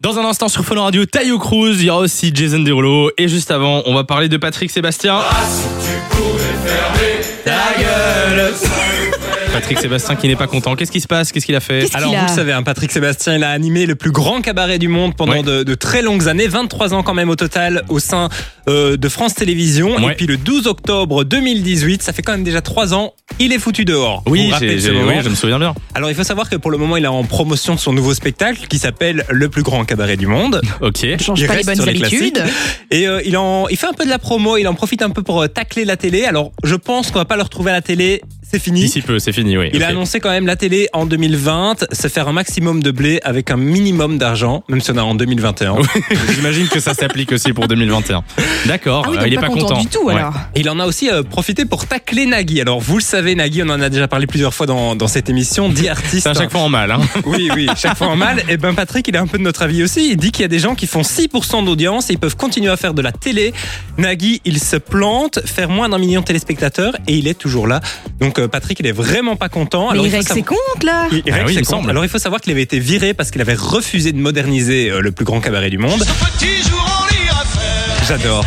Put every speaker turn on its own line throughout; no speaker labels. Dans un instant sur Fun Radio, Tayo Cruz, il y aura aussi Jason Derulo. Et juste avant, on va parler de Patrick Sébastien. Patrick Sébastien qui n'est pas content. Qu'est-ce qui se passe Qu'est-ce qu'il a fait
Qu'est-ce qu'il
Alors,
a
vous le savez, hein, Patrick Sébastien, il a animé le plus grand cabaret du monde pendant
Ouais.
de, de très longues années, 23 ans quand même au total, au sein euh, de France Télévisions.
Ouais.
Et puis le 12 octobre 2018, ça fait quand même déjà 3 ans, il est foutu dehors. Vous
Oui,
vous rappelez
j'ai-
de ce
j'ai-
moment
oui, je me souviens bien.
Alors, il faut savoir que pour le moment, il a en promotion son nouveau spectacle qui s'appelle Le plus grand cabaret du monde.
Ok.
Change
Il
pas les
reste sur
bonnes
les
habitudes.
Et euh, il, en, il fait un peu de la promo, il en profite un peu pour euh, tacler la télé. Alors, je pense qu'on va pas le retrouver à la télé, c'est fini.
D'ici peu, c'est fini, oui.
Il a
Ok.
annoncé quand même la télé en 2020, se faire un maximum de blé avec un minimum d'argent, même si on est en 2021.
J'imagine que ça s'applique aussi pour 2021. D'accord,
Ah oui,
euh,
donc
il est
pas,
pas
content, du tout
Ouais. Ah,
alors.
Et il en a aussi euh, profité pour tacler Nagui. Alors vous le savez, Nagui, on en a déjà parlé plusieurs fois dans, dans cette émission, dit artiste.
C'est à chaque fois en mal. Hein.
Oui, oui, chaque fois en mal. Et ben Patrick, il est un peu de notre avis aussi. Il dit qu'il y a des gens qui font 6% d'audience et ils peuvent continuer à faire de la télé. Nagui, il se plante, faire moins d'un million de téléspectateurs et il est toujours là. Donc euh, Patrick, il est vraiment pas content.
Mais il
faut
règle
savoir-
ses comptes là.
Il- il
Ah
règle
oui, il
ses
me
comptes.
semble.
Alors il faut savoir qu'il avait été viré parce qu'il avait refusé de moderniser euh, le plus grand cabaret du monde. J'adore.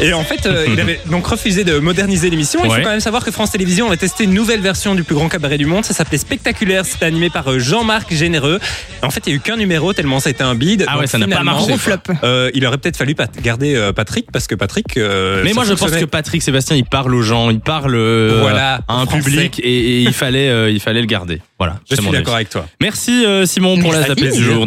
Et en fait, euh, il avait donc refusé de moderniser l'émission. Il
Ouais.
faut quand même savoir que France Télévisions avait testé une nouvelle version du plus grand cabaret du monde. Ça s'appelait Spectaculaire. C'était animé par euh, Jean-Marc Généreux. En fait, il n'y a eu qu'un numéro tellement ça a été un bide.
Ah
Donc,
ouais, ça n'a pas
finalement,
marché,
Gros flop.
euh, il aurait peut-être fallu pat- garder euh, Patrick parce que Patrick. euh,
Mais
ça
moi, je pense
fonctionnait.
que Patrick Sébastien, il parle aux gens, il parle euh,
Voilà,
à un
français.
public et, et il fallait, euh, il fallait le garder. Voilà.
Je
c'est
suis
mon avis.
d'accord avec toi.
Merci euh, Simon pour la
Merci.
tapette du jour.